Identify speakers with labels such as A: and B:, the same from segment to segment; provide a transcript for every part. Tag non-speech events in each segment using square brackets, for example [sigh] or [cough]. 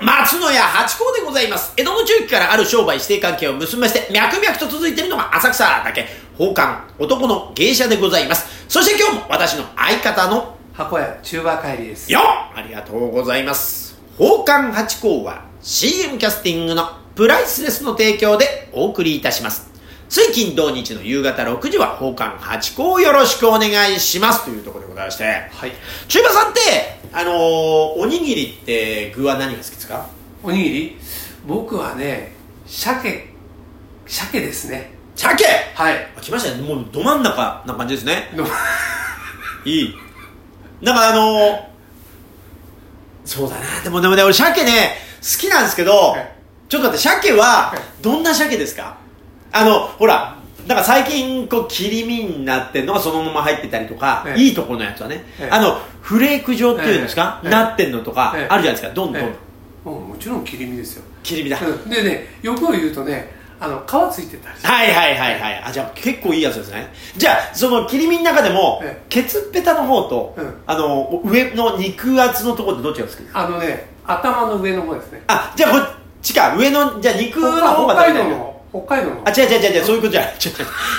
A: 松野屋八甲でございます。江戸の中期からある商売指定関係を結びまして、脈々と続いているのが浅草だけ、宝冠、男の芸者でございます。そして今日も私の相方の、
B: 箱屋中和帰りです。
A: よありがとうございます。宝冠八甲は CM キャスティングのプライスレスの提供でお送りいたします。水金土日の夕方6時は奉還8個をよろしくお願いしますというところでございまして、はい、中馬さんってあのー、おにぎりって具は何が好きですか
B: おにぎり僕はね鮭鮭ですね
A: 鮭
B: はい
A: 来ましたねもうど真ん中な感じですねいいなんかあのー、そうだなでもでもね俺鮭ね好きなんですけど、はい、ちょっと待って鮭はどんな鮭ですか、はいあの、ほら、なんか最近、こう、切り身になってるのがそのまま入ってたりとか、ええ、いいところのやつはね、え、あの、フレーク状っていうんですか、なってんのとか、あるじゃないですか、どんどん。
B: もうもちろん切り身ですよ。
A: 切り身だ。
B: うん、でね、欲を言うとね、あの、皮ついてたり
A: はいはいはいはい。あ、じゃあ結構いいやつですね。じゃあ、その切り身の中でも、ケツっぺたの方と、うん、あの、上の肉厚のところってどっちが好きです
B: かあのね、頭の上の方ですね。
A: あ、じゃあこっちか、上の、じゃあ肉の方が
B: 食べたいの。北海道
A: あ、違う違う違う違う、そういうことじゃない。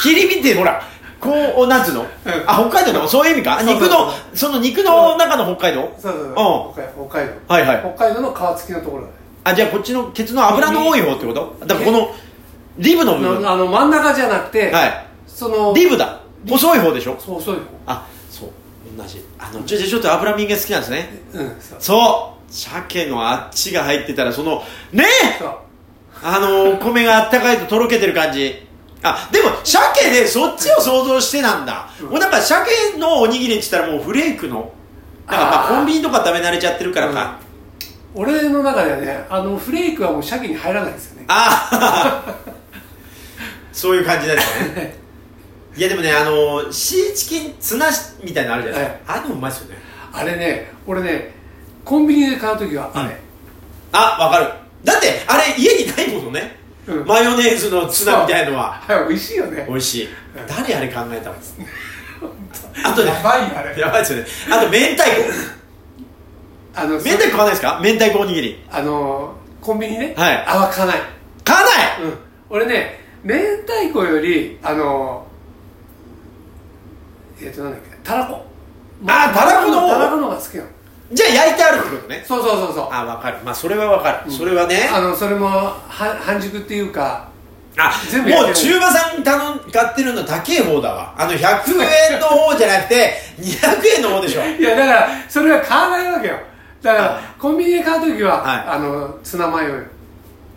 A: 切り身ってほら、こう、なんつうの、うん、あ、北海道のそういう意味か肉の、その肉の中の北海道
B: そうそうそう。北海道。
A: はいはい。
B: 北海道の皮付きのところだね。
A: あ、じゃあこっちの、ケツの脂の多い方ってことだからこの、リブの部分。
B: あの、真ん中じゃなくて、
A: はい。
B: その、
A: リブだ。細い方でしょ
B: そう、細い方。
A: あ、そう。同じ。あの、ちょ、ちょっと脂身が好きなんですね。
B: うん、そう。
A: そう。鮭のあっちが入ってたら、その、ねえそうあのお米があったかいととろけてる感じあでも鮭でそっちを想像してなんだ、うん、もうなんか鮭のおにぎりって言ったらもうフレークのだからまあコンビニとか食べ慣れちゃってるからか、
B: うん、俺の中ではねあのフレークはもう鮭に入らないですよね
A: ああ [laughs] そういう感じですよ [laughs] ねいやでもねあのシーチキンツナみたいなのあるじゃないですか、はい、あれもうまいですよね
B: あれね俺ねコンビニで買う時はあれ、うん、
A: あわかるだってあれ家にないものね、うん、マヨネーズのツナみたいのは、
B: はい、美味しいよね
A: 美味しい、誰あれ考えた [laughs] んです
B: あとねやばいあれ
A: やばいですよねあと明太子あの明太子買わないですか明太子おにぎり
B: あのー、コンビニね
A: はい
B: あは買わない
A: 買わない、
B: うん、俺ね明太子よりあのー、えっ、ー、となんだっけたらこ
A: あたらこの
B: たらこのが好きなの
A: じゃあ焼いてあるってことね
B: そうそうそうそう
A: あ分かるまあそれは分かる、うん、それはね
B: あのそれも半熟っていうか
A: あ全部もう中馬さん頼ん買ってるの高い方だわあの100円の方じゃなくて200円の方でしょ
B: いやだからそれは買わないわけよだからコンビニで買う時は、はい、あのツナマヨ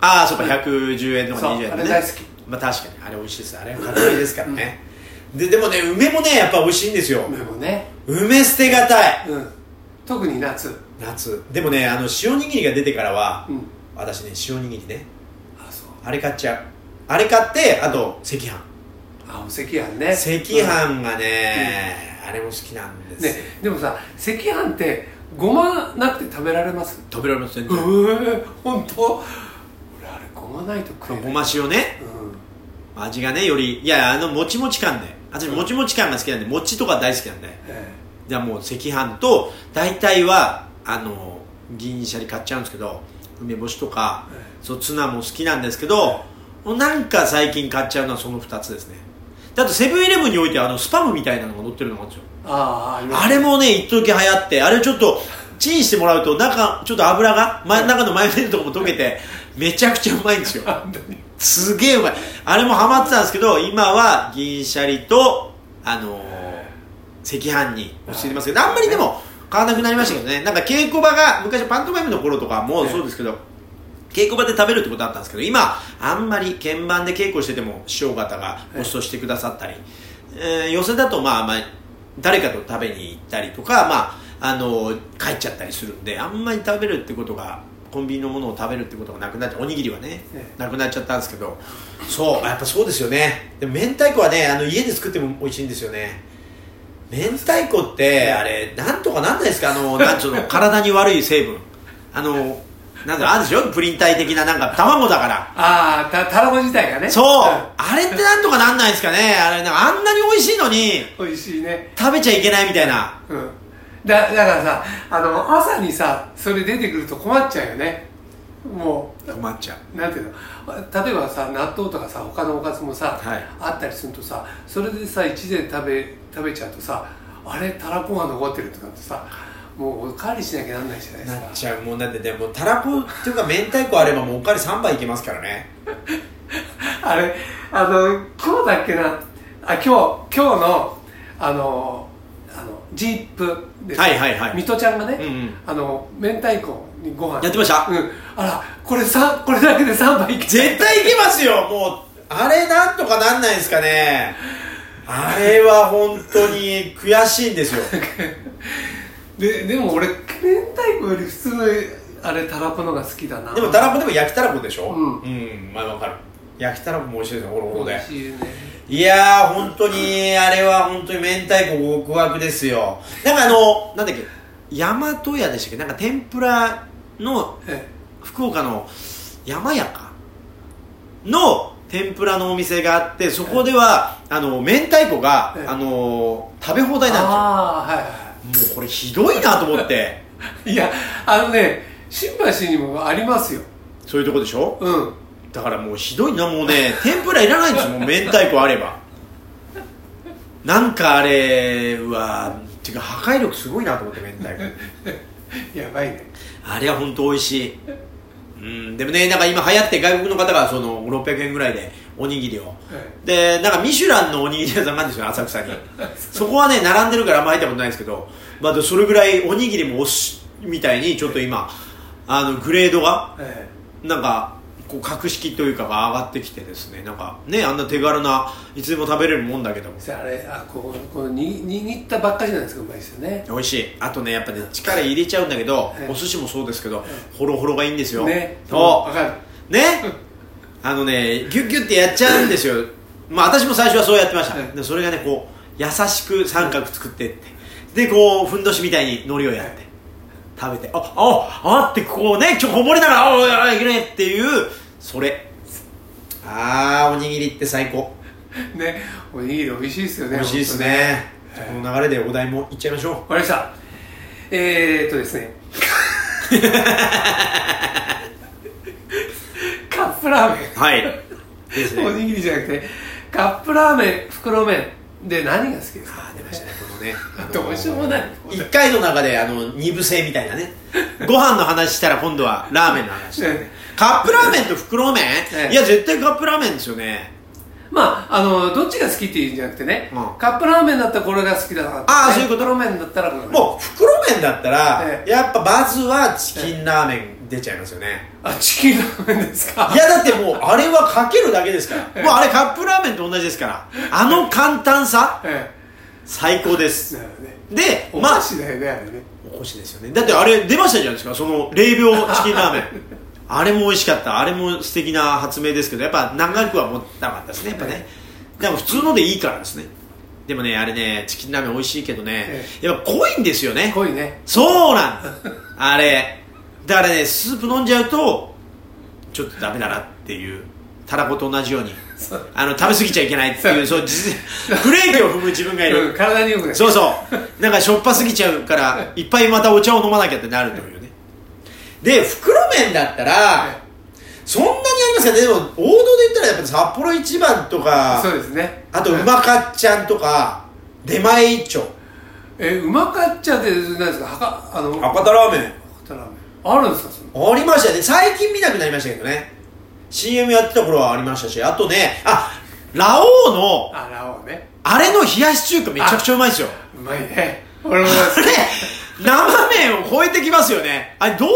A: ああそうか110円とか20円
B: の、ね、あれ大好き
A: まあ確かにあれ美味しいですあれは硬いですからね、うん、ででもね梅もねやっぱ美味しいんですよ
B: 梅もね
A: 梅捨てがたい、
B: うん特に夏
A: 夏でもねあの塩にぎりが出てからは、うん、私ね塩にぎりねあれ買っちゃうあれ買ってあと赤飯
B: あお赤飯ね
A: 赤飯がね、うん、あれも好きなんです、ね、
B: でもさ赤飯ってごまなくて食べられます
A: 食べられませんね
B: え本当俺あれごまないと食えない
A: ごま塩ね、うん、味がねよりいやあのもちもち感で、ね、私もちもち感が好きなんでもちとか大好きなんで、えーじゃもう赤飯と大体はあの銀シャリ買っちゃうんですけど梅干しとか、はい、そうツナも好きなんですけど、はい、なんか最近買っちゃうのはその2つですねだとセブンイレブンにおいてあのスパムみたいなのが載ってるのがあるんですよ
B: あ
A: あれもね一時流行ってあれちょっとチンしてもらうと中ちょっと油が、ま、中のマヨネーズとかも溶けてめちゃくちゃうまいんですよすげえうまいあれもハマってたんですけど今は銀シャリとあの赤飯に教えてますけどあんまりでも買わなくなりましたけどねなんか稽古場が昔パントマイムの頃とかもそうですけど、稽古場で食べるってことだったんですけど今あんまり鍵盤で稽古してても師匠方がご馳走してくださったり、えー、寄せだとまあまあ誰かと食べに行ったりとか、まあ、あの帰っちゃったりするんであんまり食べるってことがコンビニのものを食べるってことがなくなっちゃおにぎりはね、なくなっちゃったんですけどそうやっぱそうですよねでも明太子はねあの家で作っても美味しいんですよね明太子ってあれなんとかなんないですかあのなんちゅうの [laughs] 体に悪い成分あのなんだあるでしょプリン体的ななんか卵だから
B: ああた卵自体がね
A: そう、あれってなんとかなんないですかねあれなんあんなに美味しいのに
B: 美味しいね
A: 食べちゃいけないみたいな
B: うんだだからさあの朝にさそれ出てくると困っちゃうよねも
A: 困っちゃう
B: うなんていうの例えばさ納豆とかさ他のおかずもさ、
A: はい
B: あったりするとさそれでさ一膳食べ食べちゃうとさあれたらこが残ってるとかってさもうおかわりしなきゃなんないじゃないです
A: なっ
B: か
A: ちゃうもんだってでもたらこっていうか明太子あればもうおかわり3杯いけますからね
B: あれあの今日だっけなあ今日今日のあのあのジープです
A: はいはいはい
B: ミトちゃんがね、
A: うんうん
B: あの明太子にご飯
A: やってました
B: うん、あらこれさこれだけで3杯いけ
A: 絶対いけますよもうあれなんとかなんないですかねあれは本当に悔しいんですよ
B: ででも俺明太子より普通のあれたらこのが好きだな
A: でもたらこでも焼きたらこでしょ
B: うん
A: んまあわかる焼きたらこも美味しいですよほろほろ
B: 美
A: で
B: 味しいね
A: いやー本当にあれは本当に明太子極悪ですよなんかあのなんだっけ大和屋でしたっけなんか天ぷらの
B: え
A: 福岡の山屋かの天ぷらのお店があってそこでは、あの明太子が、
B: ええ
A: あの食べ放題なん
B: ああはいは
A: ですよもうこれひどいなと思って
B: いいやあのね新橋にもありますよ
A: そういうとこでしょ
B: うん [laughs]
A: だからもうひどいなもうね [laughs] 天ぷらいらないんですよもう明太子あればなんかあれはっていうか破壊力すごいなと思って明太子
B: やばいね
A: あれは本当美味しいうんでもねなんか今流行って外国の方がその600円ぐらいでおにぎりをでなんかミシュランのおにぎり屋さんがあるんですよね浅草にそこはね並んでるからあんま入ったことないんですけど、まあ、でもそれぐらいおにぎりもおしみたいにちょっと今あのグレードが
B: はい、え
A: なんかこう格式というかが上がってきてですねなんかねあんな手軽ないつでも食べれるもんだけども
B: えじゃああれあこうこうに握ったばっかりじゃないですかうまいですよね
A: 美味しいあとねやっぱね力入れちゃうんだけど
B: ええ
A: お寿司もそうですけどホロホロがいいんですよ
B: ね
A: そう
B: わかる
A: ねあのねギュッギュッてやっちゃうんですよまあ私も最初はそうやってました、
B: はい
A: でそれがねこう優しく三角作ってってでこうふんどしみたいに海苔をやって食べてあああってこうねちょこぼれながらあおいおいいけねえっていうそれあーおにぎりって最高
B: ねおにぎり美味しいですよね
A: 美味しいですね
B: 本当
A: こ
B: ね
A: の流れでお題もいっちゃいましょう
B: わかりましたえー、っとですね [laughs] カップラーメン
A: はいですね
B: おにぎりじゃなくてカップラーメン袋麺で何が好きですか
A: あー出ましたねこのねあのー
B: どうしようもない
A: 一回の中であの二部制みたいな
B: [laughs]
A: ねご飯の話したら今度はラーメンの話だね
B: ね
A: カップラーメンと袋麺、
B: ええ
A: いや絶対カップラーメンですよね
B: まああのどっちが好きっていうんじゃなくてね、
A: うん
B: カップラーメンだったらこれが好きだな
A: あーそういうこと
B: 袋麺だったらこれ
A: もう袋麺だったら、
B: ええ
A: やっぱまずはチキンラーメン出ちゃいますよね、
B: あチキンラーメンですか
A: いやだってもうあれはかけるだけですからもうあれカップラーメンと同じですからあの簡単さ
B: え
A: 最高で
B: え
A: す
B: なるほどね
A: で
B: お
A: ま
B: 菓
A: あ
B: 子だよねあれね
A: おこしですよねだってあれ出ましたじゃないですかその0秒チキン
B: [laughs]
A: ラーメンあれも美味しかったあれも素敵な発明ですけどやっぱ長くは持たなかったですねやっぱね、
B: え
A: でも普通のでいいからですねでもねあれねチキンラーメン美味しいけどね、
B: え
A: やっぱ濃いんですよね
B: 濃いね
A: そうなんですあれだからねスープ飲んじゃうとちょっとダメだなっていうたらこと同じように
B: [laughs] そう
A: あの食べ過ぎちゃいけないっていうそう実ブレーキを踏む自分がいる
B: うん体によくない
A: そうそうなんかしょっぱすぎちゃうからいっぱいまたお茶を飲まなきゃってなるというねで袋麺だった
B: い
A: らそんなにありますかねでも王道で言ったらやっぱ札幌一番と
B: そう
A: か
B: ですね
A: あとうまかっちゃんとか出前一丁
B: えうまかっちゃって何ですかはかあの
A: 博多ラーメン
B: 博多ラーメンあるんですかその
A: ありましたね最近見なくなりましたけどね CM やってた頃はありましたしあとねあラオウの
B: あラオウね
A: あれの冷やし中華めちゃくちゃうまいですよ
B: うまいね俺も
A: あれ生麺を超えてきますよねあれどうい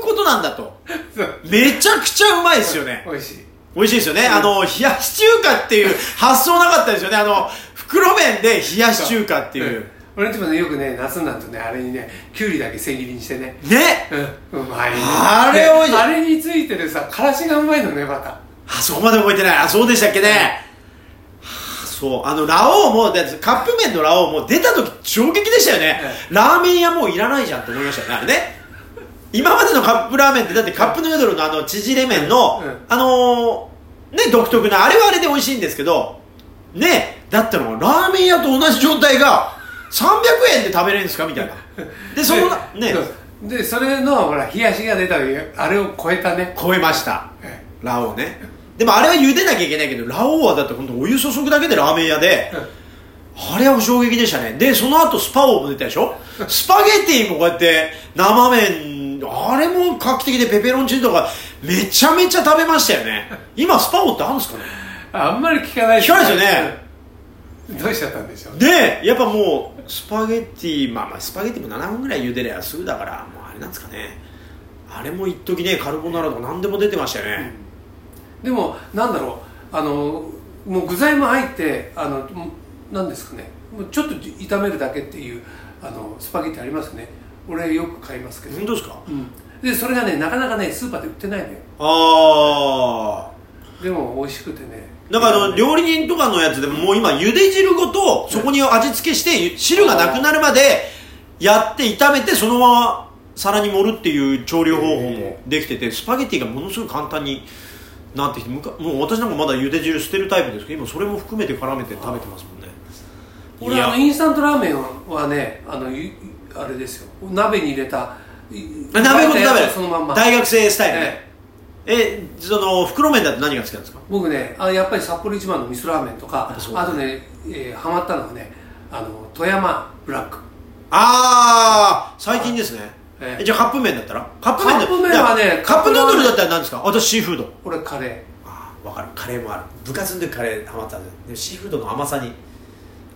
A: うことなんだと
B: [laughs] そう
A: めちゃくちゃうまいですよね
B: 美味しい
A: 美味しいですよねあの冷やし中華っていう発想なかったですよねあの袋麺で冷やし中華ってい
B: ん
A: う
B: 俺んちもねよくね夏になるとねあれにねきゅうりだけ千切りにしてね
A: ね
B: うんうまいね
A: あれ
B: で
A: 美味しい
B: あれについてるさからしがうまいのねまた
A: あそこまで覚えてないあそうでしたっけねはあそうあのラオウもだってカップ麺のラオウも出た時衝撃でしたよね
B: え
A: ラーメン屋もういらないじゃんって思いましたよねあれね今までのカップラーメンってだってカップヌードルのあの縮れ麺の、
B: うん
A: あのーね独特なあれはあれで美味しいんですけどねだったのラーメン屋と同じ状態が300円で食べれるんですかみたいなでその
B: で
A: ね
B: そうでそれのほら冷やしが出たいうあれを超えたね
A: 超えました
B: え
A: ラオウねでもあれは茹でなきゃいけないけどラオウはだって本当お湯注ぐだけでラーメン屋であれは衝撃でしたねでその後スパオも出たでしょスパゲティもこうやって生麺あれも画期的でペペロンチーノとかめちゃめちゃ食べましたよね今スパオってあるんですかね
B: あんまり聞かない
A: 聞かないですよね
B: うんどうしちゃったんでしょう
A: でやっぱもうスパゲッティまあまあスパゲッティも7分ぐらい茹でりゃすぐだからもうあれなんですかねあれも一時ねカルボナーラとか何でも出てましたよね、
B: でもなんだろうあのもう具材も入ってあのもうなんですかねもうちょっと炒めるだけっていうあのスパゲッティありますね俺よく買いますけど、
A: 本当ですか
B: うんでそれがねなかなかねスーパーで売ってないのよ
A: あ
B: でも美味しくてね
A: あだからあの料理人とかのやつでももう今茹で汁ごとそこに味付けして汁がなくなるまでやって炒めてそのまま皿に盛るっていう調理方法もできててスパゲッティがものすごく簡単になってきてむかもう私なんかまだ茹で汁捨てるタイプですけど今それも含めて絡めて食べてますもんね
B: 俺あのインスタントラーメンはねあのゆあれですよ鍋に入れたい
A: あ鍋ごと
B: や
A: 食べ
B: つ
A: る
B: をそのまんま
A: 大学生スタイルね
B: え
A: えその袋麺だと何が好きなんですか
B: 僕ねあやっぱり札幌一番の味噌ラーメンとか
A: そう
B: あとね、えーハマったのがねあの富山ブラック
A: ああ最近ですね
B: ええ
A: えじゃあカップ麺だったらカップ麺だ
B: カップ麺はね
A: いやカップヌードルだったら何ですか私シーフード
B: 俺カレ
A: ああ分かるカレーもある部活の時カレーハマったんででもシーフードの甘さに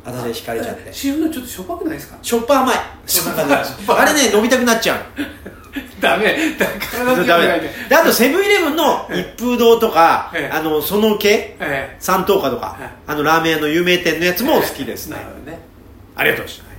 A: 私は惹かれちゃっ
B: ー
A: て
B: シーフードちょっとしょっぱくないですか [laughs]
A: しょっぱ甘いしょっぱ甘いあれね飲みたくなっちゃう
B: ダメだから
A: ダメだであとセブンイレブンの一風堂とか
B: ええ
A: あのその系
B: え
A: 三等価とか
B: はい
A: あのラーメン屋の有名店のやつ
B: え
A: も好きですね
B: なるほどね
A: ありがとうございました